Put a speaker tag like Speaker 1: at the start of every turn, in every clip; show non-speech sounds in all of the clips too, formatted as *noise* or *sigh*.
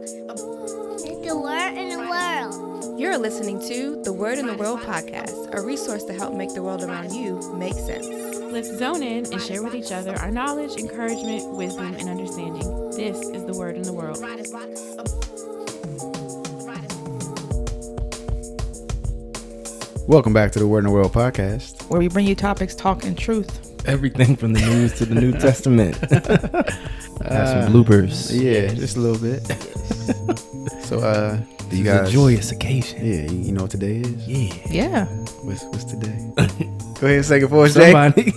Speaker 1: It's the word in the world.
Speaker 2: You're listening to the Word in the World podcast, a resource to help make the world around you make sense.
Speaker 3: Let's zone in and share with each other our knowledge, encouragement, wisdom, and understanding. This is the word in the world.
Speaker 4: Welcome back to the Word in the World podcast.
Speaker 5: where we bring you topics, talk, and truth.
Speaker 6: Everything from the news to the *laughs* New Testament. Have some bloopers.
Speaker 4: Yeah, just a little bit. *laughs* so, uh, do you
Speaker 6: It's
Speaker 4: guys?
Speaker 6: a joyous occasion.
Speaker 4: Yeah, you you know what today is?
Speaker 6: Yeah.
Speaker 5: Yeah.
Speaker 4: What's, what's
Speaker 6: *laughs*
Speaker 4: today? Go ahead and say it for us, Jay.
Speaker 6: Somebody.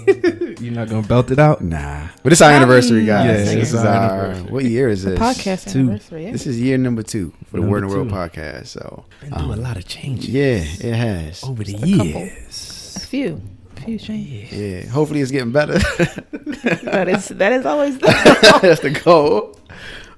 Speaker 6: *laughs* You're not going to belt it out?
Speaker 4: Nah, but it's our anniversary, guys.
Speaker 6: Yes,
Speaker 4: this
Speaker 6: it's
Speaker 4: is
Speaker 6: our
Speaker 4: our
Speaker 6: anniversary.
Speaker 4: what year is this?
Speaker 5: Podcast
Speaker 6: two.
Speaker 5: anniversary. yeah.
Speaker 4: This is year number two for the Word in the
Speaker 6: Number
Speaker 4: World
Speaker 6: two.
Speaker 4: podcast. So,
Speaker 6: Been through a lot of changes
Speaker 4: yeah, it has.
Speaker 6: over the
Speaker 5: couple.
Speaker 6: years.
Speaker 5: A few. A few changes.
Speaker 4: Yeah, hopefully it's getting better.
Speaker 5: That is that is always the
Speaker 4: *laughs* That's the goal.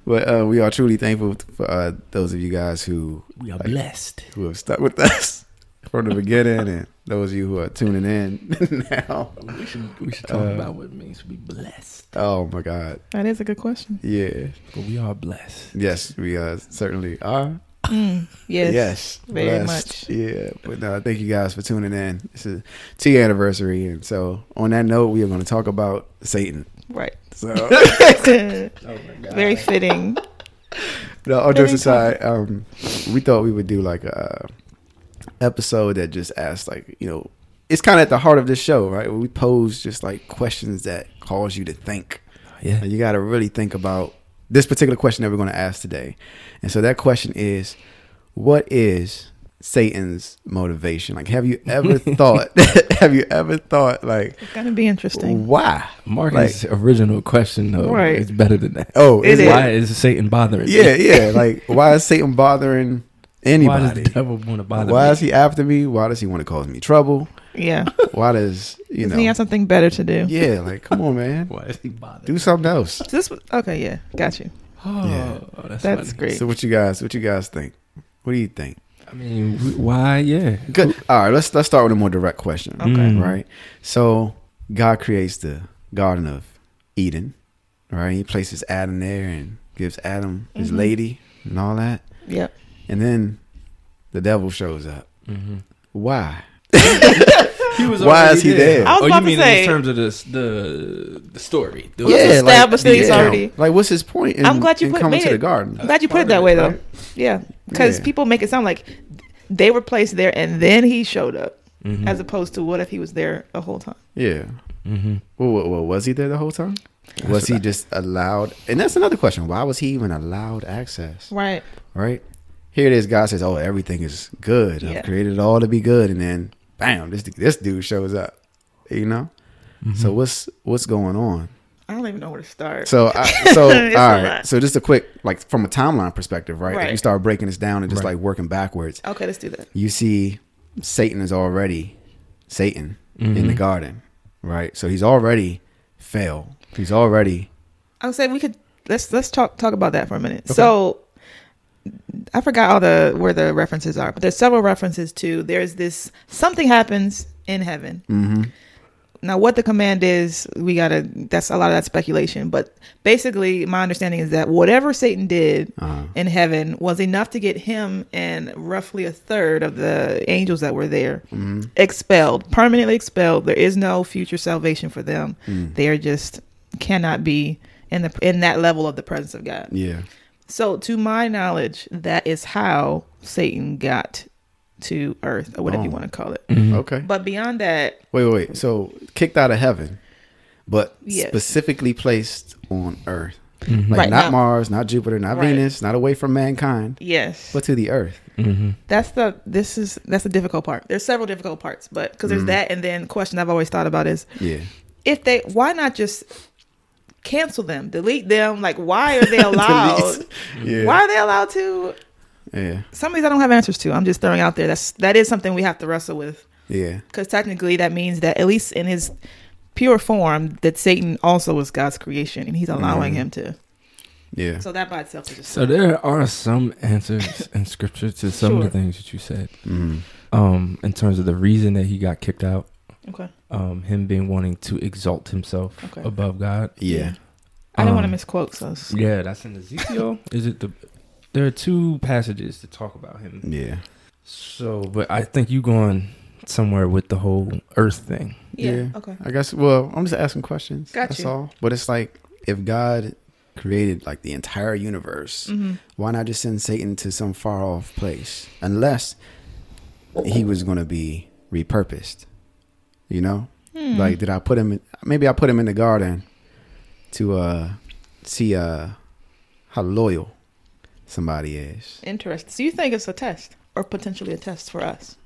Speaker 4: But uh, we are truly thankful for uh, those of you guys who
Speaker 6: We are blessed.
Speaker 4: who have stuck with us *laughs* from the beginning and those of you who are tuning in *laughs* now.
Speaker 6: We should, we should talk about what it means to be blessed.
Speaker 4: Oh my God.
Speaker 5: That is a good question.
Speaker 4: Yeah.
Speaker 6: But we are blessed.
Speaker 4: Yes, we uh, certainly are.
Speaker 5: Yes. very much.
Speaker 4: Yeah. But no, thank you guys for tuning in. This is T anniversary. And so on that note, we are going to talk about Satan. *laughs*
Speaker 5: Right.
Speaker 4: So, oh
Speaker 5: Very fitting.
Speaker 4: no, uh, all jokes aside, um, we thought we would do like a episode that just asks, like, you know, it's kind of at the heart of this show, right? We pose just like questions that cause you to think.
Speaker 6: Yeah.
Speaker 4: And you got to really think about this particular question that we're going to ask today. And so that question is what is Satan's motivation? Like have you
Speaker 6: *laughs*
Speaker 4: ever thought *laughs* have you ever thought like
Speaker 5: It's gonna be interesting.
Speaker 4: why?
Speaker 6: Marcus' original question, though,
Speaker 5: Right.
Speaker 6: is better than that.
Speaker 4: Oh,
Speaker 5: It
Speaker 4: is it-
Speaker 6: Why is Satan bothering me?
Speaker 4: yeah, yeah, like why is Satan bothering
Speaker 6: Why does the
Speaker 4: anybody?
Speaker 6: devil want to
Speaker 4: Why,
Speaker 6: bother me?
Speaker 4: is he after me? Why does he want to cause me trouble?
Speaker 5: Yeah.
Speaker 4: Why does, you
Speaker 5: Doesn't he
Speaker 4: know?
Speaker 5: have something better to do?
Speaker 4: Yeah, like come on, man.
Speaker 6: Why is he bothering
Speaker 4: Do something else.
Speaker 5: So This was- okay, yeah. Got you.
Speaker 6: Oh,
Speaker 4: Yeah.
Speaker 6: that's,
Speaker 5: That's
Speaker 6: funny.
Speaker 5: great.
Speaker 4: So what you guys, what you guys think? What do you think?
Speaker 6: I mean, w- why? Yeah,
Speaker 4: Good. All right, let's let's start with a more direct question.
Speaker 5: Okay.
Speaker 6: Mm.
Speaker 4: Right. So God creates the Garden of Eden, right? He places Adam there and gives Adam his lady and all that,
Speaker 5: Yep.
Speaker 4: and then the devil shows up. Mm-hmm. Why?
Speaker 6: He was
Speaker 4: Why
Speaker 6: already
Speaker 4: is he there? I
Speaker 5: was
Speaker 6: oh,
Speaker 5: about
Speaker 6: you
Speaker 5: to
Speaker 6: mean
Speaker 5: say-
Speaker 6: in terms of this, the the story? The-
Speaker 5: Yeah. established that he's
Speaker 4: yeah.
Speaker 5: already-
Speaker 4: Like, what's his point? In,
Speaker 5: I'm glad you
Speaker 4: in
Speaker 5: put-
Speaker 4: coming
Speaker 5: made
Speaker 4: to the
Speaker 5: it-
Speaker 4: garden.
Speaker 5: I'm glad you put it that way though.
Speaker 4: Right.
Speaker 5: Yeah. Because
Speaker 4: Yeah.
Speaker 5: people make it sound like they were placed there and then he showed up.
Speaker 4: Mm-hmm.
Speaker 5: As opposed to what if he was there the whole time?
Speaker 4: Yeah. Well, well, well, Mm-hmm. was he there the whole time? was he just allowed? And that's another question. Why was he even allowed access?
Speaker 5: Right.
Speaker 4: right? Here it is. God says, "Oh, everything is good.
Speaker 5: Yeah.
Speaker 4: I've created it all to be good," and then, bam! This this dude shows up. You know. So what's what's going on?
Speaker 5: I don't even know where to start.
Speaker 4: So
Speaker 5: *laughs*
Speaker 4: I, so all
Speaker 5: It's a
Speaker 4: right.
Speaker 5: lot.
Speaker 4: So just a quick like from a timeline perspective, right? If you
Speaker 5: Right.
Speaker 4: start breaking this down and just
Speaker 6: Right.
Speaker 4: like working backwards,
Speaker 5: okay, let's do that.
Speaker 4: you see Satan is already Satan in the garden, right? So he's already failed. He's already
Speaker 5: I would say we could let's let's talk talk about that for a minute. So I forgot all the where the references are, but there's several references to there's this something happens in heaven. Now what the command is, we gotta that's a lot of that speculation. But basically my understanding is that whatever Satan did
Speaker 4: Uh-huh. uh,
Speaker 5: in heaven was enough to get him and roughly a third of the angels that were there
Speaker 4: Mm-hmm.
Speaker 5: expelled, permanently expelled. There is no future salvation for them.
Speaker 4: Mm.
Speaker 5: They are just cannot be in the in that level of the presence of God.
Speaker 4: yeah.
Speaker 5: So, to my knowledge, that is how Satan got to Earth, or whatever you
Speaker 4: Oh.
Speaker 5: want to call it.
Speaker 4: Okay.
Speaker 5: But beyond that,
Speaker 4: Wait, wait, wait. So kicked out of heaven, but
Speaker 5: Yes.
Speaker 4: specifically placed on Earth. Like
Speaker 5: Right,
Speaker 4: not
Speaker 5: now-
Speaker 4: Mars, not Jupiter, not
Speaker 5: Right.
Speaker 4: Venus, not away from mankind,
Speaker 5: yes,
Speaker 4: but to the Earth.
Speaker 5: that's the this is that's the difficult part. There's several difficult parts, but because
Speaker 4: Mm.
Speaker 5: there's that, and then question I've always thought about is
Speaker 4: Yeah. *laughs*
Speaker 5: if they why not just cancel them, delete them? Like, why
Speaker 4: *laughs*
Speaker 5: are they allowed?
Speaker 4: Yeah.
Speaker 5: Why are they allowed to?
Speaker 4: Yeah.
Speaker 5: Some of these I don't have answers to. I'm just throwing out there. That's that is something we have to wrestle with.
Speaker 4: Yeah.
Speaker 5: because technically that means that at least in his pure form that satan also was god's creation and he's allowing him to
Speaker 4: Mm-hmm. Yeah.
Speaker 5: so that by itself is just
Speaker 6: So there are some *laughs* answers in Scripture to some of
Speaker 5: Sure.
Speaker 6: the things that you said,
Speaker 4: Mm.
Speaker 6: um, in terms of the reason that he got kicked out,
Speaker 5: okay
Speaker 6: um, him being wanting to exalt himself
Speaker 5: Okay.
Speaker 6: above God.
Speaker 4: Yeah. Uh,
Speaker 5: i don't want to
Speaker 6: Um,
Speaker 5: misquote so it's-
Speaker 6: Yeah, that's in Ezekiel. Is it the there are two passages to talk about him.
Speaker 4: Yeah.
Speaker 6: So, but I think you going somewhere with the whole Earth thing.
Speaker 5: Yeah.
Speaker 4: Yeah.
Speaker 5: Okay.
Speaker 4: I guess. Well, I'm just asking questions.
Speaker 5: Got
Speaker 4: that's
Speaker 5: you.
Speaker 4: all. But it's like if God created like the entire universe,
Speaker 5: Mm. Mm-hmm.
Speaker 4: why not just send Satan to some far off place? Unless he was going to be repurposed. You know,
Speaker 5: Mm. Hmm.
Speaker 4: like did I put him? In, maybe I put him in the garden to uh see uh how loyal somebody is.
Speaker 5: Interesting. So you think it's a test or potentially a test for us?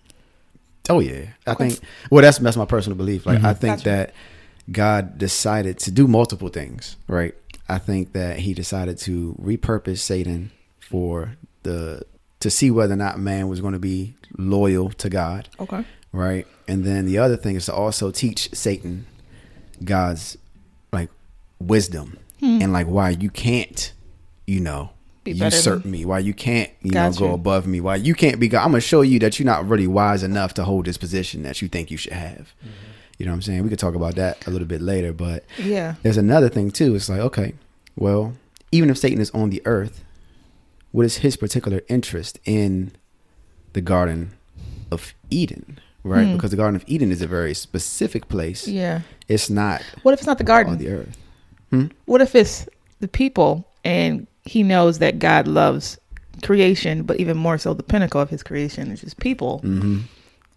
Speaker 4: Oh yeah, I
Speaker 5: Okay.
Speaker 4: think. Well, that's that's my personal belief. Like I think
Speaker 5: Gotcha.
Speaker 4: that God decided to do multiple things. Right. I think that He decided to repurpose Satan for the to see whether or not man was going to be loyal to God.
Speaker 5: Okay.
Speaker 4: Right. And then the other thing is to also teach Satan God's like wisdom and like why you can't, you know.
Speaker 5: Hmm. Be better
Speaker 4: usurp me why you can't you
Speaker 5: Got
Speaker 4: know go
Speaker 5: you.
Speaker 4: above me why you can't be god i'm gonna show you that you're not really wise enough to hold this position that you think you should have you know what i'm saying we could talk about that a little bit later but
Speaker 5: Yeah.
Speaker 4: there's another thing too it's like okay well even if satan is on the earth what is his particular interest in the garden of eden right because the garden of eden is a very specific place
Speaker 5: Hmm. Yeah.
Speaker 4: it's not
Speaker 5: What if it's not the
Speaker 4: on
Speaker 5: garden?
Speaker 4: the earth
Speaker 5: What if it's the people and he knows that God loves creation, but even more so the pinnacle of his creation is just people? Mm-hmm.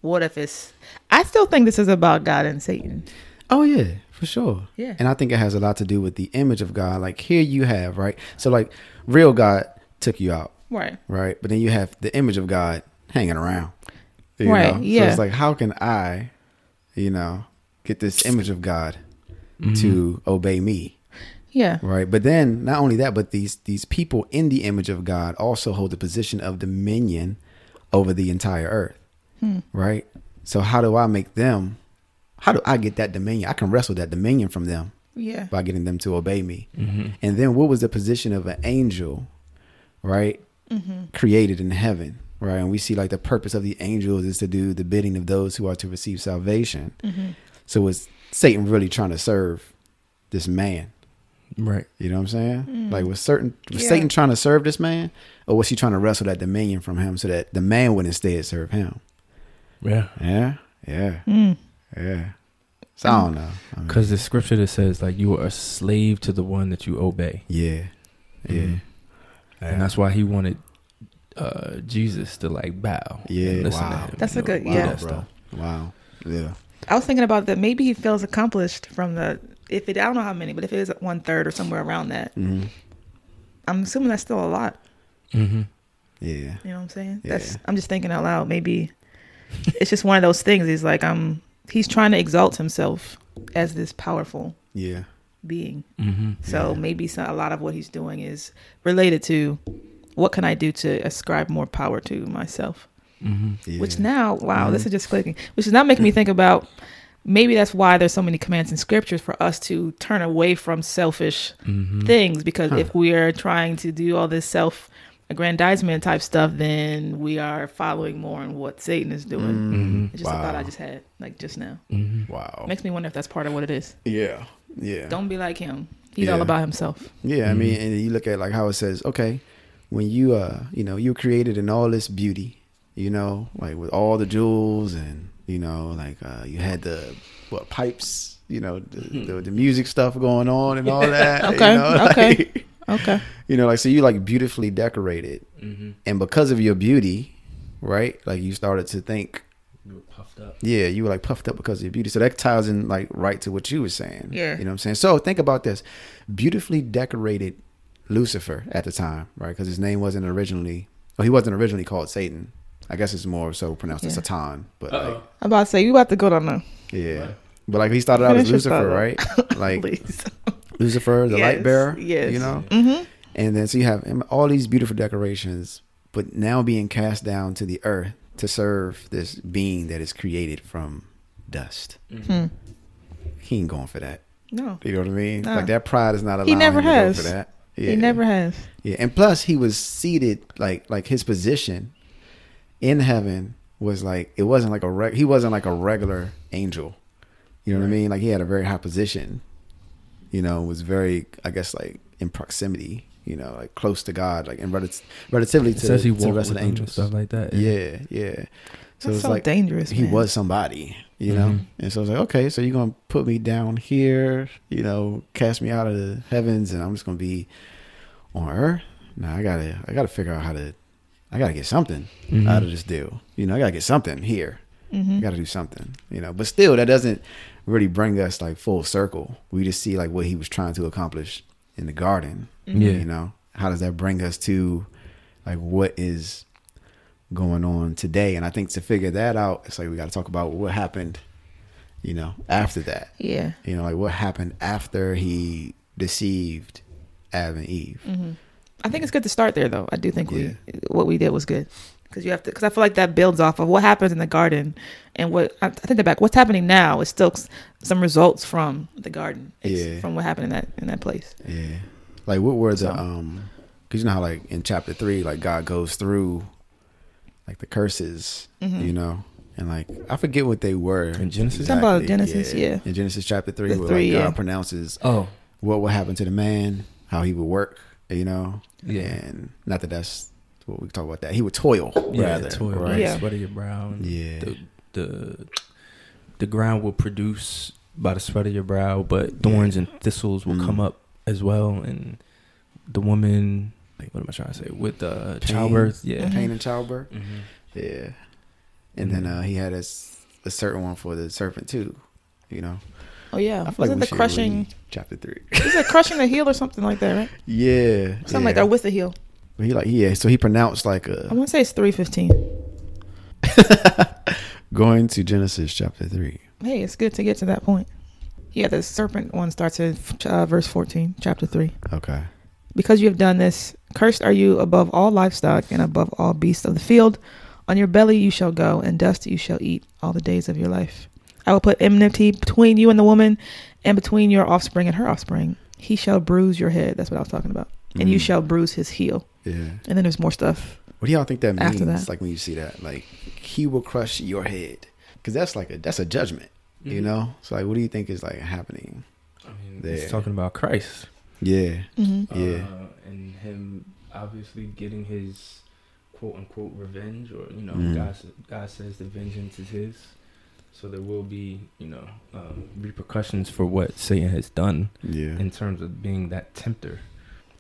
Speaker 5: What if it's. I still think this is about God and Satan.
Speaker 4: Oh yeah, for sure.
Speaker 5: Yeah.
Speaker 4: And I think it has a lot to do with the image of God. Like here you have, right? So like real God took you out,
Speaker 5: Right.
Speaker 4: right? But then you have the image of God hanging around. you
Speaker 5: Right,
Speaker 4: know? So
Speaker 5: yeah.
Speaker 4: it's like how can I, you know, get this image of God to obey me?
Speaker 5: Yeah.
Speaker 4: Right. But then not only that, but these these people in the image of God also hold the position of dominion over the entire earth.
Speaker 5: Hmm.
Speaker 4: Right? So how do I make them how do I get that dominion? I can wrestle that dominion from them
Speaker 5: Yeah.
Speaker 4: by getting them to obey me. And then what was the position of an angel, right? Created in heaven, right? And we see like the purpose of the angels is to do the bidding of those who are to receive salvation. So was Satan really trying to serve this man?
Speaker 6: Right.
Speaker 4: You know what I'm saying? Like was certain was Satan trying to serve this man, or was he trying to wrestle that dominion from him so that the man would instead serve him?
Speaker 6: Yeah.
Speaker 4: Yeah, yeah, yeah. So I don't know. I mean,
Speaker 6: Because the scripture that says like you are a slave to the one that you obey,
Speaker 4: yeah, yeah,
Speaker 6: Mhm. and that's why he wanted uh Jesus to like bow.
Speaker 4: Yeah,
Speaker 6: and listen
Speaker 4: wow.
Speaker 6: to him,
Speaker 5: That's
Speaker 6: you
Speaker 5: a
Speaker 6: know,
Speaker 5: good-
Speaker 6: do
Speaker 5: yeah.
Speaker 6: that stuff.
Speaker 4: wow, yeah.
Speaker 5: I was thinking about that. Maybe he feels accomplished from the if it. I don't know how many, but if it is one third or somewhere around that,
Speaker 4: Mhm.
Speaker 5: I'm assuming that's still a lot.
Speaker 6: Mhm.
Speaker 4: Yeah.
Speaker 5: You know what I'm saying?
Speaker 4: Yeah.
Speaker 5: That's. I'm just thinking out loud. Maybe it's just one of those things. He's like, I'm. He's trying to exalt himself as this powerful
Speaker 4: Yeah.
Speaker 5: being.
Speaker 6: Mhm.
Speaker 5: So maybe some, a lot of what he's doing is related to what can I do to ascribe more power to myself.
Speaker 6: Mhm.
Speaker 4: Yeah. Mm-hmm.
Speaker 5: Which now, wow, this is just clicking. Which is now making me think about maybe that's why there's so many commands in scriptures for us to turn away from selfish
Speaker 4: Mm-hmm.
Speaker 5: things because if we are trying to do all this self aggrandizement type stuff, then we are following more on what Satan is doing.
Speaker 4: Mm-hmm.
Speaker 5: It's just a thought I just had, like just now.
Speaker 4: Mm. Wow.
Speaker 5: Makes me wonder if that's part of what it is.
Speaker 4: Yeah. Yeah.
Speaker 5: Don't be like him. He's all
Speaker 4: Yeah.
Speaker 5: about himself.
Speaker 4: Yeah, I mean, and you look at like how it says, okay, when you uh, you know, you were created in all this beauty, you know, like with all the jewels and you know, like uh, you had the what pipes, you know, the, the, the music stuff going on
Speaker 5: *laughs*
Speaker 4: and all that.
Speaker 5: Hmm. Okay,
Speaker 4: you know, *laughs*
Speaker 5: okay.
Speaker 4: like-
Speaker 5: Okay.
Speaker 4: you know, like so you like beautifully decorated,
Speaker 6: Mm-hmm.
Speaker 4: and because of your beauty, right? Like you started to think.
Speaker 6: You were puffed up.
Speaker 4: Yeah, you were like puffed up because of your beauty. So that ties in like right to what you were saying.
Speaker 5: Yeah.
Speaker 4: You know what I'm saying? So think about this. Beautifully decorated Lucifer at the time, right? Because his name wasn't originally well, he wasn't originally called Satan. I guess it's more so pronounced as
Speaker 5: Yeah.
Speaker 4: Satan. But like
Speaker 5: I'm about to say, you about to go down there. *laughs*
Speaker 4: yeah. But like he started out as
Speaker 5: Finish your
Speaker 4: Lucifer,
Speaker 5: thought.
Speaker 4: right? Like
Speaker 5: Please.
Speaker 4: Lucifer, the
Speaker 5: Yes,
Speaker 4: light bearer.
Speaker 5: yes.
Speaker 4: You know?
Speaker 5: Mm-hmm.
Speaker 4: And then so you have him- all these beautiful decorations, but now being cast down to the earth to serve this being that is created from dust.
Speaker 5: Hmm.
Speaker 4: He ain't going for that.
Speaker 5: No.
Speaker 4: You know what I mean?
Speaker 5: Nah.
Speaker 4: Like that pride is not allowed.
Speaker 5: never has.
Speaker 4: To go for that. Yeah.
Speaker 5: He never has.
Speaker 4: Yeah, and plus he was seated like like his position in heaven was like it wasn't like a reg- he wasn't like a regular angel. You know what I mean? Like he had a very high position. You know, was very I guess like in proximity you know, like close to God, like and relative, relatively
Speaker 6: It
Speaker 4: to,
Speaker 6: says he
Speaker 4: to the
Speaker 6: walked
Speaker 4: rest of
Speaker 6: with
Speaker 4: the
Speaker 6: them and
Speaker 4: angels.
Speaker 6: stuff like that.
Speaker 4: Yeah, yeah. So
Speaker 5: That's
Speaker 4: it's
Speaker 5: so
Speaker 4: like
Speaker 5: dangerous.
Speaker 4: he
Speaker 5: man.
Speaker 4: was somebody, you know.
Speaker 6: Mhm.
Speaker 4: And so I was like, okay, so you're gonna put me down here, you know, cast me out of the heavens, and I'm just gonna be on earth. Now I gotta, I gotta figure out how to, I gotta get something
Speaker 6: Mhm.
Speaker 4: out of this deal. You know, I gotta get something here.
Speaker 5: Mhm.
Speaker 4: I gotta do something, you know. But still, that doesn't really bring us like full circle. We just see like what he was trying to accomplish in the garden.
Speaker 6: Yeah.
Speaker 4: You know, how does that bring us to like what is going on today? And I think to figure that out, it's like we got to talk about what happened, you know, after that.
Speaker 5: Yeah.
Speaker 4: You know, like what happened after he deceived Adam and Eve.
Speaker 5: Mm-hmm. I think it's good to start there, though. I do think
Speaker 4: Yeah.
Speaker 5: we what we did was good because you have to because I feel like that builds off of what happens in the garden and what I, I think the back what's happening now is still s- some results from the garden, It's
Speaker 4: Yeah.
Speaker 5: from what happened in that in that place.
Speaker 4: Yeah. Like what were the
Speaker 5: So-
Speaker 4: um cuz you know how like in chapter 3 like God goes through like the curses,
Speaker 5: Mm-hmm.
Speaker 4: you know? And like I forget what they were.
Speaker 6: In Genesis?
Speaker 5: Something about Genesis, yeah.
Speaker 4: In Genesis chapter 3
Speaker 5: The
Speaker 4: where
Speaker 5: three,
Speaker 4: like
Speaker 5: yeah.
Speaker 4: God pronounces
Speaker 6: Oh,
Speaker 4: what would happen to the man, how he would work, you know?
Speaker 6: Yeah.
Speaker 4: And not that that's what we talk about that. He would toil
Speaker 6: yeah.
Speaker 4: rather.
Speaker 6: The toil,
Speaker 4: right?
Speaker 6: right?
Speaker 5: Yeah.
Speaker 6: Sweat of your brow. and
Speaker 4: Yeah.
Speaker 6: The, the the ground will produce by the sweat of your brow, but thorns and thistles will
Speaker 4: Mm.
Speaker 6: come up as well. And the woman, like, what am I trying to say? With
Speaker 4: Pain.
Speaker 6: uh, childbirth, yeah.
Speaker 5: Mm-hmm.
Speaker 4: Pain in childbirth.
Speaker 6: Mhm.
Speaker 4: Yeah. And then
Speaker 6: Mm-hmm.
Speaker 4: uh, he had a, s- a certain one for the serpent too, you know.
Speaker 5: Oh yeah,
Speaker 4: I feel like
Speaker 5: wasn't
Speaker 4: we
Speaker 5: the
Speaker 4: should
Speaker 5: crushing?
Speaker 4: read chapter 3.
Speaker 5: Is it crushing the heel or something like that? Right?
Speaker 4: *laughs* Yeah.
Speaker 5: Something
Speaker 4: yeah.
Speaker 5: like that with the heel.
Speaker 4: He like yeah, so he pronounced like uh, a
Speaker 5: I want to say it's three fifteen.
Speaker 4: going to Genesis chapter three.
Speaker 5: Hey, it's good to get to that point. Yeah, the serpent one starts in uh, verse fourteen, chapter three.
Speaker 4: Okay.
Speaker 5: Because you have done this, cursed are you above all livestock and above all beasts of the field. On your belly you shall go, and dust you shall eat all the days of your life. I will put enmity between you and the woman, and between your offspring and her offspring. He shall bruise your head. That's what I was talking about. And you
Speaker 4: Mhm.
Speaker 5: shall bruise his heel.
Speaker 4: Yeah.
Speaker 5: And then there's more stuff.
Speaker 4: What do y'all think that means?
Speaker 5: After that.
Speaker 4: Like when you see that, like he will crush your head, because that's like a that's a judgment, you
Speaker 6: Mhm.
Speaker 4: know. So like, what do you think is like happening?
Speaker 6: I mean,
Speaker 4: There.
Speaker 6: it's talking about Christ.
Speaker 4: Yeah.
Speaker 5: Mm-hmm.
Speaker 4: Yeah.
Speaker 6: Uh, and him obviously getting his quote unquote revenge, or, you know,
Speaker 4: Mhm.
Speaker 6: God, s- God says the vengeance is his. So there will be, you know, um, repercussions for what Satan has done
Speaker 4: Yeah.
Speaker 6: in terms of being that tempter.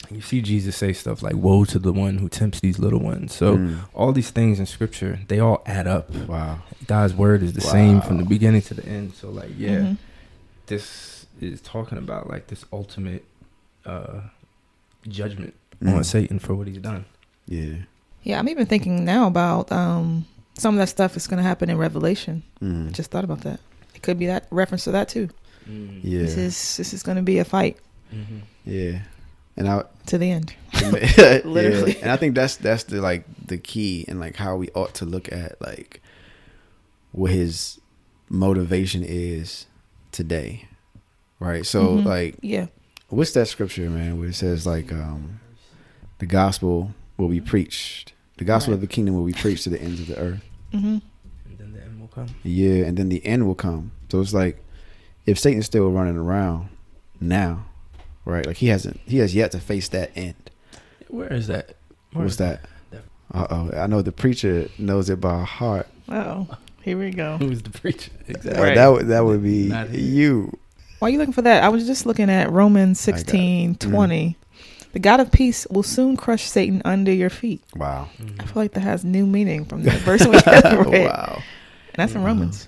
Speaker 6: And you see Jesus say stuff like, Woe to the one who tempts these little ones. So
Speaker 4: Mm.
Speaker 6: all these things in scripture, they all add up.
Speaker 4: wow.
Speaker 6: God's word is the same from
Speaker 4: Wow.
Speaker 6: the beginning to the end. So, like, yeah
Speaker 5: Mm-hmm.
Speaker 6: this is talking about like this ultimate uh judgment on
Speaker 4: Mm.
Speaker 6: Satan for what he's done.
Speaker 4: Yeah.
Speaker 5: Yeah, I'm even thinking now about um, some of that stuff that's going to happen in Revelation. I
Speaker 4: Mm.
Speaker 5: just thought about that. It could be that reference to that too.
Speaker 4: Yeah.
Speaker 5: This is this is going to be a fight
Speaker 6: Mm-hmm.
Speaker 4: Yeah. And I,
Speaker 5: to the end.
Speaker 4: *laughs* literally
Speaker 5: Literally.
Speaker 4: and i think that's that's the like the key and like how we ought to look at like what his motivation is today right so
Speaker 5: Mhm.
Speaker 4: like
Speaker 5: Yeah.
Speaker 4: what's that scripture man where it says like um the gospel will be preached the gospel of the kingdom will be preached to the ends of the earth
Speaker 5: Mm-hmm.
Speaker 6: And then the end will come.
Speaker 4: yeah and then the end will come so it's like if satan's still running around now right like he hasn't he has yet to face that end
Speaker 6: Where is that? Where
Speaker 4: What's
Speaker 6: is
Speaker 4: that?
Speaker 6: that-
Speaker 4: Uh oh. I know the preacher knows it by heart.
Speaker 5: Oh, here we go.
Speaker 6: Who's the preacher?
Speaker 4: Uh,
Speaker 6: Exactly.
Speaker 5: Right.
Speaker 4: that would that would be
Speaker 6: Not here.
Speaker 4: you.
Speaker 5: Why are you looking for that? I was just looking at Romans
Speaker 4: got it. Mm-hmm.
Speaker 5: 16 20. The God of peace will soon crush Satan under your feet.
Speaker 4: Wow. Oh,
Speaker 5: I feel like that has new meaning from the
Speaker 4: *laughs*
Speaker 5: verse we just read.
Speaker 4: wow. Mm-hmm.
Speaker 5: And that's in Romans.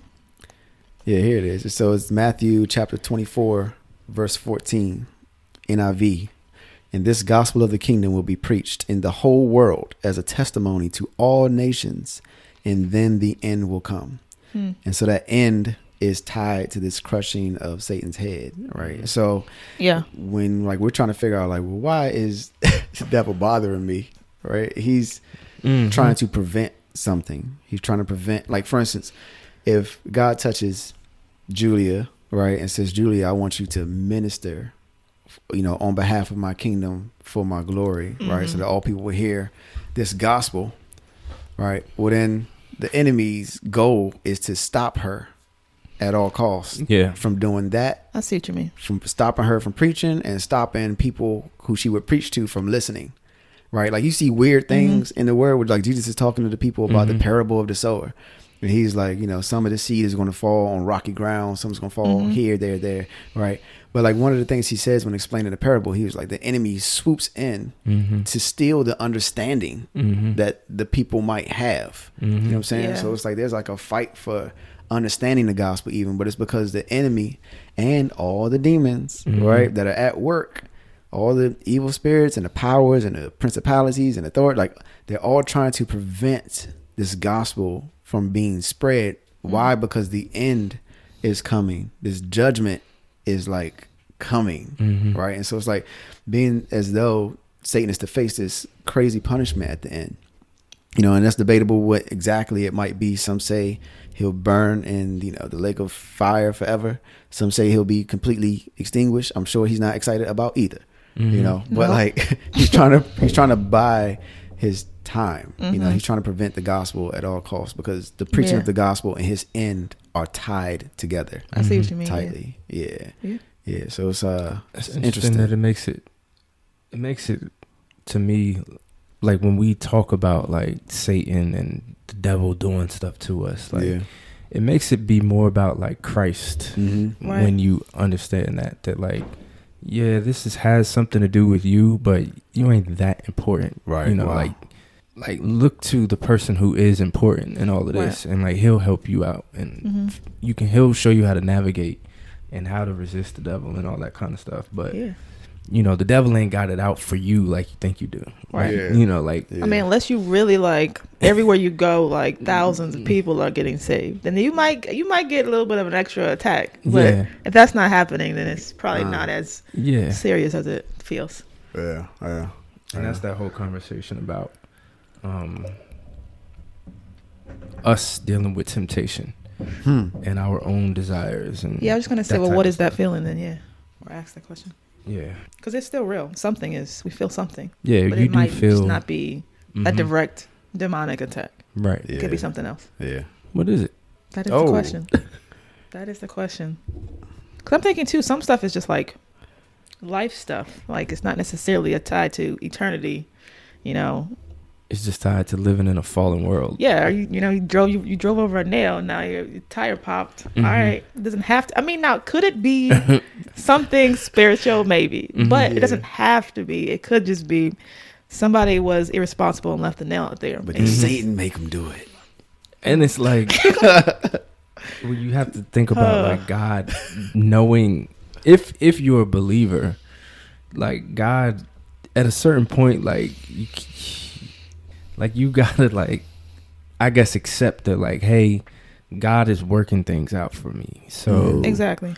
Speaker 4: Yeah, here it is. So it's Matthew chapter 24, verse 14, NIV. And this gospel of the kingdom will be preached in the whole world as a testimony to all nations, and then the end will come.
Speaker 5: Hmm.
Speaker 4: And so that end is tied to this crushing of Satan's head, right? So
Speaker 5: Yeah.
Speaker 4: when like we're trying to figure out like well why is *laughs* the devil bothering me right he's
Speaker 6: Mm-hmm.
Speaker 4: trying to prevent something he's trying to prevent like for instance if god touches julia right and says julia i want you to minister you know on behalf of my kingdom for my glory right so that all people will hear this gospel right well then the enemy's goal is to stop her at all costs
Speaker 6: Yeah.
Speaker 4: from doing that,
Speaker 5: I see what you mean.
Speaker 4: from stopping her from preaching and stopping people who she would preach to from listening. Right? Like you see weird things in the word where like Jesus is talking to the people about the parable of the sower. And he's like, you know, some of the seed is going to fall on rocky ground, some's going to fall here, there, there, right? But like one of the things he says when explaining the parable, he was like, the enemy swoops in to steal the understanding that the people might have. You know what I'm saying?
Speaker 5: Yeah.
Speaker 4: So it's like there's like a fight for understanding the gospel, even, but it's because the enemy and all the demons, right, that are at work, all the evil spirits and the powers and the principalities and authority, like they're all trying to prevent this gospel from being spread. Why? Because the end is coming. This judgment is like coming, right? And so it's like being as though Satan is to face this crazy punishment at the end you know, and that's debatable what exactly it might be. Some say he'll burn in you know the lake of fire forever. Some say he'll be completely extinguished. I'm sure he's not excited about either.
Speaker 5: Mm-hmm.
Speaker 6: Mm-hmm.
Speaker 4: You know, but
Speaker 5: No.
Speaker 4: like *laughs* he's trying to he's trying to buy his time. You know, he's trying to prevent the gospel at all costs because the preaching
Speaker 5: Mm-hmm. Yeah.
Speaker 4: of the gospel and his end are tied together
Speaker 5: I see what you mean. yeah.
Speaker 4: tightly. Yeah.
Speaker 5: Yeah.
Speaker 4: yeah, So it's uh,
Speaker 6: It's
Speaker 4: it's
Speaker 6: interesting,
Speaker 4: interesting.
Speaker 6: that it makes it it makes it to me like when we talk about like Satan and the devil doing stuff to us, like
Speaker 4: yeah,
Speaker 6: it makes it be more about like Christ
Speaker 4: hmm
Speaker 5: Right.
Speaker 6: when you understand that that like yeah, this is, has something to do with you, but you ain't that important,
Speaker 4: Right,
Speaker 6: You know,
Speaker 4: wow.
Speaker 6: like like look to the person who is important in all of this, and like he'll help you out, and
Speaker 5: Mhm.
Speaker 6: you can he'll show you how to navigate and how to resist the devil and all that kind of stuff. But
Speaker 5: Yeah.
Speaker 6: you know, the devil ain't got it out for you like you think you do.
Speaker 5: Right.
Speaker 4: Yeah.
Speaker 6: You know, like
Speaker 4: yeah.
Speaker 5: I mean, unless you really like everywhere you go, like
Speaker 4: Mm-hmm.
Speaker 5: thousands of people are getting saved, then you might you might get a little bit of an extra attack. But
Speaker 6: Yeah.
Speaker 5: if that's not happening, then it's probably
Speaker 4: Uh,
Speaker 5: not as
Speaker 6: yeah.
Speaker 5: serious as it feels.
Speaker 4: yeah, yeah.
Speaker 6: And that's that whole conversation about um us dealing with temptation
Speaker 4: Hmm.
Speaker 6: and our own desires and
Speaker 5: Yeah, I was just gonna say,
Speaker 6: That
Speaker 5: well,
Speaker 6: type
Speaker 5: what
Speaker 6: of
Speaker 5: is that feeling then? Yeah, or ask that question
Speaker 6: yeah.
Speaker 5: because it's still real. Something is we feel something,
Speaker 6: Yeah,
Speaker 5: but
Speaker 6: you
Speaker 5: it might
Speaker 6: do feel
Speaker 5: just not be a
Speaker 6: Mhm.
Speaker 5: direct demonic attack.
Speaker 6: right.
Speaker 5: It
Speaker 4: Yeah.
Speaker 5: could be something else.
Speaker 4: Yeah.
Speaker 6: What is it?
Speaker 5: That is the
Speaker 4: Oh.
Speaker 6: *laughs*
Speaker 5: question. that is the question. Because I'm thinking too, some stuff is just like life stuff. Like it's not necessarily a tie to eternity. You know,
Speaker 6: It's just tied to living in a fallen world.
Speaker 5: yeah, or you, you know, you drove you, you drove over a nail. Now your, your tire popped. All right, it doesn't have to. I mean, now could it be something spiritual? Maybe, but it doesn't have to be. It could just be somebody was irresponsible and left the nail out there.
Speaker 4: But
Speaker 5: And-
Speaker 4: did Satan make him do it?
Speaker 6: And it's
Speaker 5: *laughs*
Speaker 6: like well, you have to think about
Speaker 5: Huh.
Speaker 6: like God knowing if if you're a believer, like God at a certain point like you c- like you got to like I guess accept that like hey, God is working things out for me.
Speaker 5: Mm-hmm.
Speaker 6: So
Speaker 4: Mhm.
Speaker 5: exactly.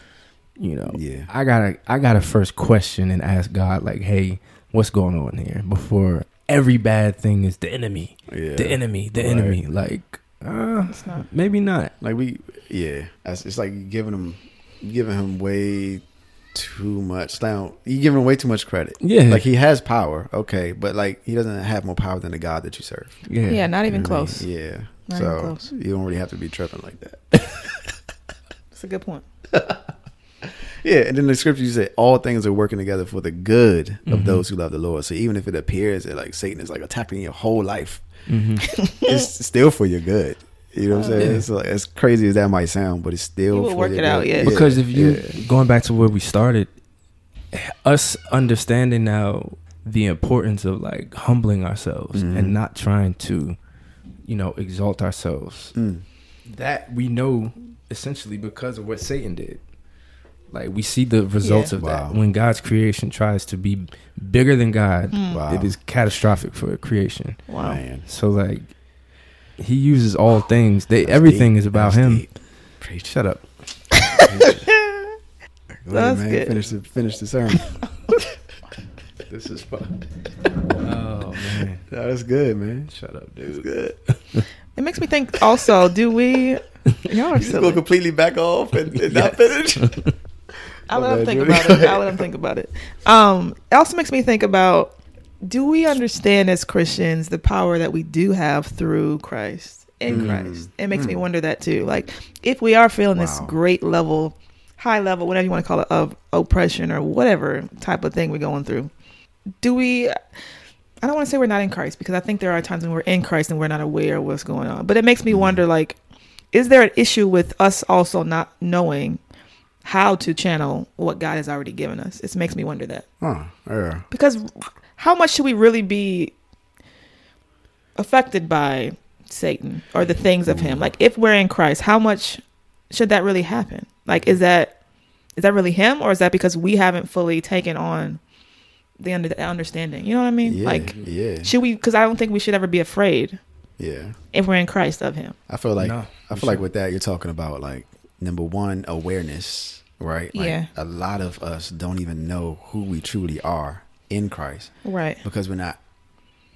Speaker 6: you know
Speaker 4: Yeah.
Speaker 6: i gotta i gotta first question and ask god like hey what's going on here before every bad thing is the enemy
Speaker 4: Yeah.
Speaker 6: the enemy the
Speaker 4: Right.
Speaker 6: enemy like uh
Speaker 5: It's not.
Speaker 6: maybe not
Speaker 4: Like we, yeah, that's- it's like giving him, giving him way too much. Now you giving him way too much credit.
Speaker 6: Yeah.
Speaker 4: like he has power, okay, but like he doesn't have more power than the God that you serve.
Speaker 6: yeah
Speaker 5: Yeah, not
Speaker 4: You
Speaker 5: even
Speaker 4: know what I mean?
Speaker 5: close.
Speaker 4: Yeah,
Speaker 5: Not
Speaker 4: so
Speaker 5: even close.
Speaker 4: you don't really have to be tripping like that.
Speaker 5: That's a good point.
Speaker 4: Yeah, and then the scripture you say all things are working together for the good
Speaker 6: Mm-hmm.
Speaker 4: of those who love the Lord. So even if it appears that like Satan is like attacking your whole life,
Speaker 6: Mm-hmm.
Speaker 4: *laughs* it's still for your good. You know what I'm saying?
Speaker 6: Yeah.
Speaker 4: It's like as crazy as that might sound, but it's still
Speaker 5: You Uh, will
Speaker 4: for
Speaker 5: work
Speaker 4: your
Speaker 5: it out,
Speaker 4: good.
Speaker 5: yeah.
Speaker 6: because if you
Speaker 4: yeah.
Speaker 6: going back to where we started us understanding now the importance of like humbling ourselves and not trying to you know exalt ourselves
Speaker 4: Mm.
Speaker 6: that we know essentially because of what Satan did. Like we see the results
Speaker 5: Yeah.
Speaker 6: of
Speaker 4: Wow.
Speaker 6: that when God's creation tries to be bigger than God,
Speaker 4: Wow.
Speaker 6: it is catastrophic for creation.
Speaker 5: Mm. Wow.
Speaker 4: Man.
Speaker 6: So like he uses all things. They everything
Speaker 4: deep.
Speaker 6: is about
Speaker 4: That's
Speaker 6: him.
Speaker 4: deep. Preach.
Speaker 6: Shut up.
Speaker 4: Go
Speaker 5: That's
Speaker 4: ahead, man.
Speaker 5: good.
Speaker 4: Finish the finish the sermon.
Speaker 5: *laughs*
Speaker 6: This is fun. Oh
Speaker 4: *laughs*
Speaker 6: man.
Speaker 4: No, that's good, man.
Speaker 6: Shut up,
Speaker 4: It's
Speaker 6: dude.
Speaker 4: good.
Speaker 5: It makes me think. Also, do we? *laughs* Y'all are
Speaker 4: You just go
Speaker 5: silly.
Speaker 4: completely back off and, and not finish.
Speaker 6: *laughs*
Speaker 5: I'll let
Speaker 4: My bad,
Speaker 5: him think
Speaker 4: Judy.
Speaker 5: about it. I'll
Speaker 4: *laughs*
Speaker 5: let him think about it. Um, it also makes me think about do we understand as Christians the power that we do have through Christ in
Speaker 4: Mm.
Speaker 5: Christ. It makes me
Speaker 4: Mm.
Speaker 5: wonder that too. Like if we are feeling this
Speaker 4: Wow.
Speaker 5: great level, high level, whatever you want to call it, of oppression or whatever type of thing we're going through, do we? I don't want to say we're not in Christ because I think there are times when we're in Christ and we're not aware of what's going on. But it makes me wonder, like, is there an issue with us also not knowing how to channel what God has already given us? It makes me wonder that
Speaker 4: Huh. Yeah.
Speaker 5: because how much should we really be affected by Satan or the things of him? Like if we're in Christ, how much should that really happen? Like is that is that really him or is that because we haven't fully taken on the under the understanding? You know what I mean?
Speaker 4: Yeah.
Speaker 5: Like
Speaker 4: yeah.
Speaker 5: should we cuz I don't think we should ever be afraid
Speaker 4: Yeah.
Speaker 5: if we're in Christ of him.
Speaker 4: I feel like
Speaker 6: No,
Speaker 4: I
Speaker 6: for
Speaker 4: feel like
Speaker 6: sure.
Speaker 4: with that you're talking about like number one awareness, right? Like,
Speaker 5: Yeah.
Speaker 4: A lot of us don't even know who we truly are in Christ
Speaker 5: Right.
Speaker 4: *laughs* because we're not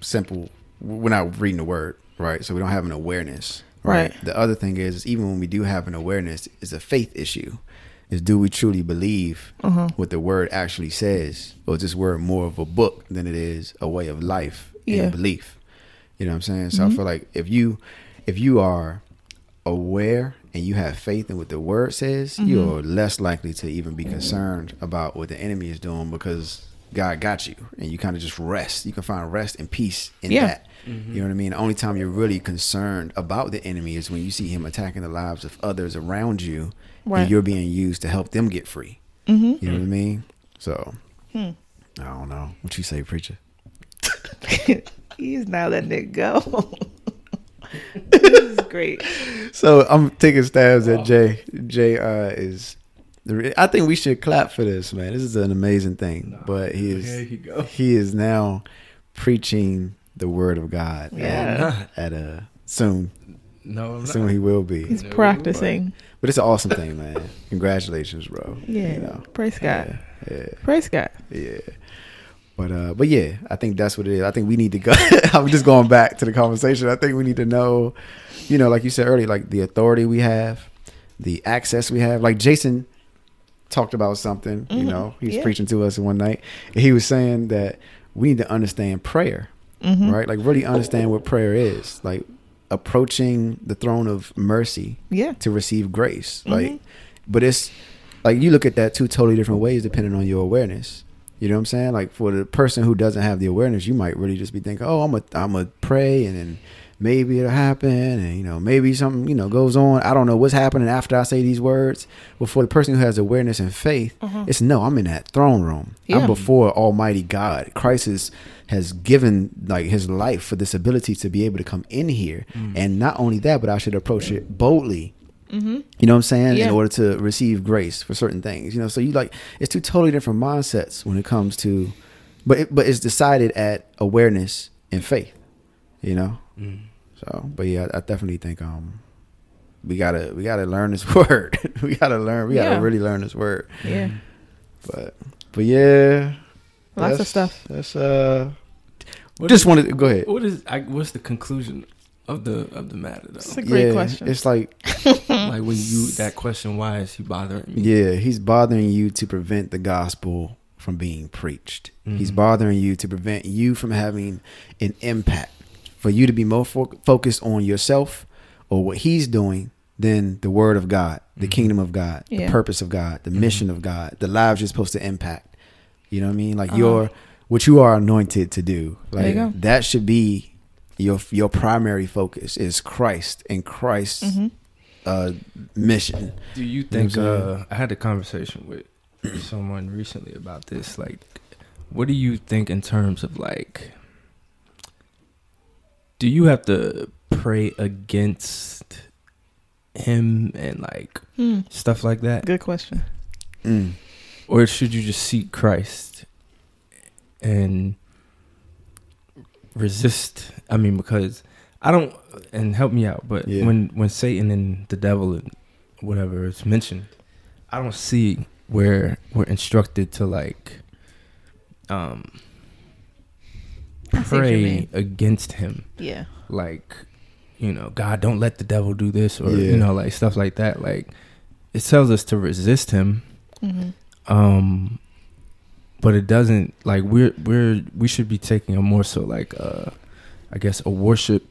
Speaker 4: simple. We're not reading the word, right? So we don't have an awareness,
Speaker 5: Right.
Speaker 4: The other thing is, even when we do have an awareness, it's a faith issue. Is do we truly believe
Speaker 5: Uh-huh.
Speaker 4: what the word actually says, or is this word more of a book than it is a way of life
Speaker 5: Yeah. Mm-hmm.
Speaker 4: and belief? You know what I'm saying? So I feel like if you if you are aware and you have faith in what the word says,
Speaker 5: Mm-hmm.
Speaker 4: you're less likely to even be concerned about what the enemy is doing because God got you and you kind of just rest. You can find rest and peace in
Speaker 5: Yeah.
Speaker 4: that. You know what I mean? The only time you're really concerned about the enemy is when you see him attacking the lives of others around you
Speaker 5: Right. Mm-hmm.
Speaker 4: and you're being used to help them get free. You know what I mean? So
Speaker 5: Hmm.
Speaker 4: I don't know. What you say, preacher?
Speaker 5: He's not letting it go. *laughs* this is great.
Speaker 4: So I'm taking stabs at Jay. Jay uh, is. the re- I think we should clap for this man. This is an amazing thing. but he is.
Speaker 6: here you go.
Speaker 4: He is now preaching the word of God.
Speaker 5: Yeah.
Speaker 4: At, at a soon,
Speaker 6: No, I'm
Speaker 4: soon he will be.
Speaker 5: He's practicing.
Speaker 4: But it's an awesome thing, man. Congratulations, bro.
Speaker 5: Yeah.
Speaker 4: You know,
Speaker 5: Praise God.
Speaker 4: yeah.
Speaker 5: Praise God.
Speaker 4: Yeah. But uh but yeah, I think that's what it is. I think we need to go *laughs* I'm just going back to the conversation. I think we need to know, you know, like you said earlier, like the authority we have, the access we have. Like Jason talked about something, you know, he was
Speaker 5: Mm-hmm. Yeah.
Speaker 4: preaching to us one night. And he was saying that we need to understand prayer.
Speaker 5: Mm-hmm.
Speaker 4: Right? Like really understand what prayer is. Like approaching the throne of mercy
Speaker 5: Yeah.
Speaker 4: to receive grace. Like, but it's like you look at that two totally different ways depending on your awareness. You know what I'm saying? Like for the person who doesn't have the awareness, you might really just be thinking, "Oh, I'm a, I'm a pray, and then maybe it'll happen, and you know, maybe something you know goes on. I don't know what's happening after I say these words." But for the person who has awareness and faith, it's no, I'm in that throne room.
Speaker 5: Yeah.
Speaker 4: I'm before Almighty God. Christ is, has given like His life for this ability to be able to come in here, and not only that, but I should approach it boldly you know what I'm saying?
Speaker 5: Yeah.
Speaker 4: In order to receive grace for certain things, you know. So you like it's two totally different mindsets when it comes to, but it, but it's decided at awareness and faith, you know.
Speaker 5: Mm.
Speaker 4: So, but yeah, I, I definitely think um we gotta we gotta learn this *laughs* word. we gotta learn. We
Speaker 5: Yeah.
Speaker 4: gotta really learn this word.
Speaker 5: Yeah.
Speaker 4: But but yeah,
Speaker 5: *clears throat* Lots of
Speaker 4: that's-
Speaker 5: stuff.
Speaker 4: That's uh.
Speaker 6: What
Speaker 4: just
Speaker 6: is-
Speaker 4: wanted to go ahead.
Speaker 6: What is? I, what's the conclusion of the of the matter
Speaker 5: It's
Speaker 6: though?
Speaker 5: a great
Speaker 4: yeah,
Speaker 5: question.
Speaker 4: It's like
Speaker 6: like when you that question, why is he bothering me?
Speaker 4: Yeah, he's bothering you to prevent the gospel from being preached. He's bothering you to prevent you from having an impact. For you to be more fo- focused on yourself or what he's doing than the word of God, the kingdom of God,
Speaker 5: Yeah.
Speaker 4: the purpose of God, the mission of God, the lives you're supposed to impact. You know what I mean? Like your what you are anointed to do.
Speaker 5: Uh-huh. you
Speaker 4: Like
Speaker 5: go.
Speaker 4: that should be your your primary focus is Christ and Christ's
Speaker 5: Mm-hmm.
Speaker 4: uh, mission.
Speaker 6: Do you
Speaker 4: know what I'm
Speaker 6: think?
Speaker 4: saying?
Speaker 6: uh, I had a conversation with *clears throat* someone recently about this. Like, what do you think in terms of like? Do you have to pray against him and like
Speaker 5: Hmm.
Speaker 6: stuff like that,
Speaker 5: Good question.
Speaker 4: Mm.
Speaker 6: or should you just seek Christ and resist? I mean, because I don't. And help me out, but
Speaker 4: Yeah.
Speaker 6: when when Satan and the devil and whatever is mentioned, I don't see where we're instructed to like um
Speaker 5: I see what you
Speaker 6: pray
Speaker 5: mean.
Speaker 6: against him,
Speaker 5: Yeah.
Speaker 6: like you know, God, don't let the devil do this, or
Speaker 4: Yeah.
Speaker 6: you know, like stuff like that. Like it tells us to resist him
Speaker 5: hmm
Speaker 6: um but it doesn't like we're we're we should be taking a more so like uh i guess a worship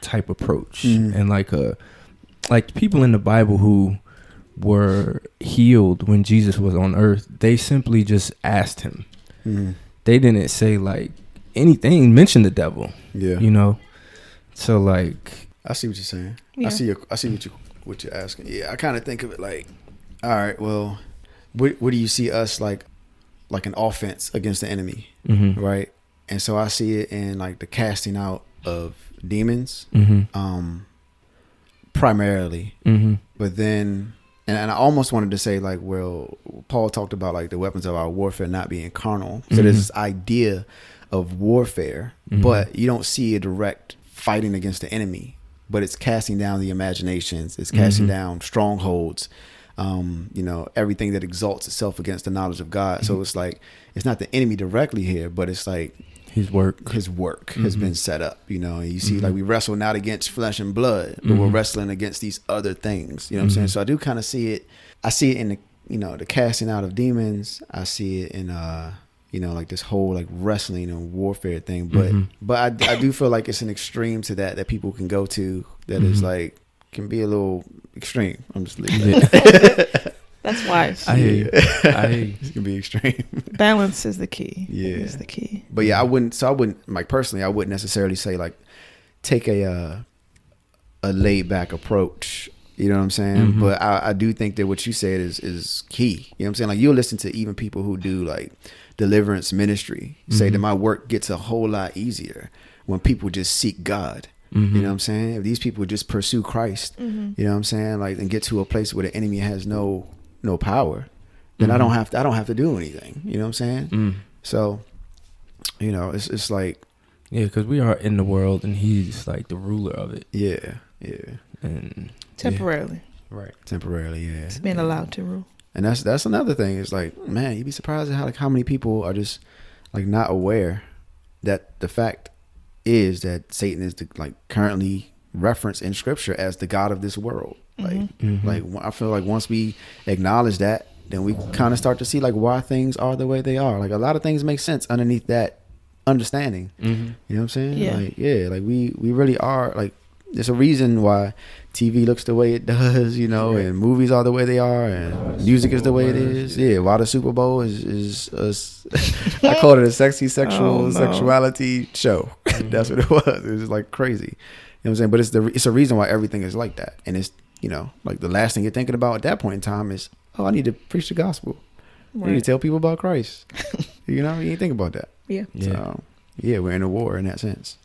Speaker 6: type approach
Speaker 4: Mhm.
Speaker 6: and like a like people in the Bible who were healed when Jesus was on earth, they simply just asked him.
Speaker 4: Mhm.
Speaker 6: They didn't say like anything, mention the devil,
Speaker 4: Yeah,
Speaker 6: you know. So like
Speaker 4: I see what you're saying.
Speaker 5: Yeah.
Speaker 4: I see. Your, I see what you what you're asking. Yeah, I kind of think of it like, all right, well, what what do you see us like, like an offense against the enemy,
Speaker 6: mhm.
Speaker 4: right? And so I see it in like the casting out of demons,
Speaker 6: Mhm.
Speaker 4: um, primarily.
Speaker 6: Mhm.
Speaker 4: But then, and, and I almost wanted to say like, well, Paul talked about like the weapons of our warfare not being carnal. So there's this idea of warfare, but you don't see a direct fighting against the enemy, but it's casting down the imaginations, it's casting down strongholds. Um, you know everything that exalts itself against the knowledge of God. So it's like it's not the enemy directly here, but it's like
Speaker 6: His work.
Speaker 4: *laughs* his work has been set up, you know, and you see like we wrestle not against flesh and blood, but we're wrestling against these other things. You know what I'm saying? So I do kind of see it I see it in the you know, the casting out of demons. I see it in uh you know, like this whole like wrestling and warfare thing. But but I, I do feel like it's an extreme to that that people can go to that is like can be a little extreme. I'm just leaving that.
Speaker 5: That's why
Speaker 6: I hear you. I hear you.
Speaker 4: It can be extreme.
Speaker 5: balance is the key.
Speaker 4: Yeah.
Speaker 5: is the key.
Speaker 4: But yeah, I wouldn't. So I wouldn't like personally. I wouldn't necessarily say like take a uh, a laid back approach. You know what I'm saying? But I, I do think that what you said is is key. You know what I'm saying? Like you'll listen to even people who do like deliverance ministry say that my work gets a whole lot easier when people just seek God. You know what I'm saying? If these people just pursue Christ, you know what I'm saying? Like and get to a place where the enemy has no no power, then I don't have to I don't have to do anything. You know what I'm saying? So you know, it's it's like
Speaker 6: Yeah, because we are in the world, and he's like the ruler of it,
Speaker 4: yeah, yeah,
Speaker 6: and
Speaker 5: Temporarily,
Speaker 6: right.
Speaker 4: temporarily, yeah.
Speaker 5: it's being allowed to rule.
Speaker 4: And that's that's another thing. It's like man, you'd be surprised at how like how many people are just like not aware that the fact is that Satan is the, like currently referenced in Scripture as the god of this world. Like like wh- I feel like once we acknowledge that, then we kind of start to see like why things are the way they are. Like a lot of things make sense underneath that understanding. You know what I'm saying?
Speaker 5: Yeah.
Speaker 4: Like yeah, like we we really are like there's a reason why TV looks the way it *laughs* does, you know, and movies are the way they are, and music is the way it is. Yeah, why the Super Bowl is is a s- *laughs* I called it a sexy sexual
Speaker 5: *laughs* Oh, no. Mm-hmm.
Speaker 4: sexuality show. *laughs* That's what it was. It was like crazy. You know what I'm saying? But it's the it's a reason why everything is like that, and it's you know like the last thing you're thinking about at that point in time is oh I need to preach the gospel. I need to tell people about Christ.
Speaker 5: *laughs*
Speaker 4: you know you ain't think about that.
Speaker 5: Yeah.
Speaker 6: Yeah.
Speaker 4: So yeah, we're in a war in that sense,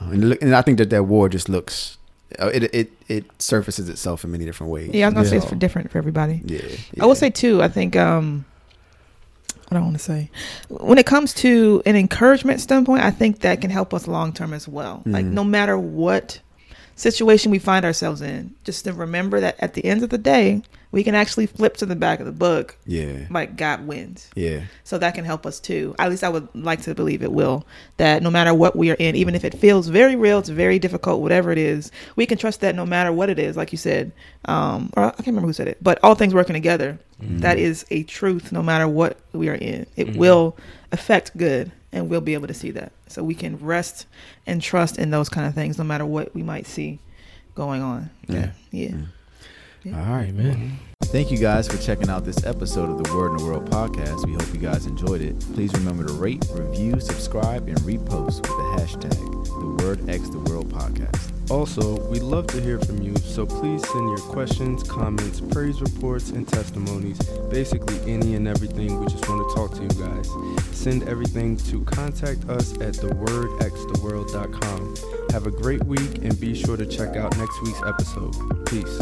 Speaker 4: uh, and look, and I think that that war just looks uh, it it it surfaces itself in many different ways.
Speaker 5: Yeah, I was gonna say it's
Speaker 4: So,
Speaker 5: for different for everybody.
Speaker 4: Yeah,
Speaker 5: I will
Speaker 4: yeah.
Speaker 5: say too. I think um, I don't want to say when it comes to an encouragement standpoint. I think that can help us long term as well. Like
Speaker 4: Mhm.
Speaker 5: no matter what situation we find ourselves in, just to remember that at the end of the day, we can actually flip to the back of the book.
Speaker 4: yeah,
Speaker 5: Like God wins,
Speaker 4: yeah,
Speaker 5: so that can help us too. At least I would like to believe it will. That no matter what we are in, even if it feels very real, it's very difficult, whatever it is, we can trust that no matter what it is, like you said, um, or I can't remember who said it, but all things working together. That is a truth no matter what we are in. It will affect good and we'll be able to see that. So we can rest and trust in those kind of things no matter what we might see going on.
Speaker 4: Yeah.
Speaker 5: Yeah.
Speaker 4: All right,
Speaker 6: Amen.
Speaker 7: Thank you guys for checking out this episode of the Word in the World podcast. We hope you guys enjoyed it. Please remember to rate, review, subscribe, and repost with the hashtag the Word X the World podcast.
Speaker 6: Also, we'd love to hear from you, so please send your questions, comments, praise reports, and testimonies. Basically, any and everything. We just want to talk to you guys. Send everything to contact us at thewordxtheworld.com. Have a great week, and be sure to check out next week's episode. Peace.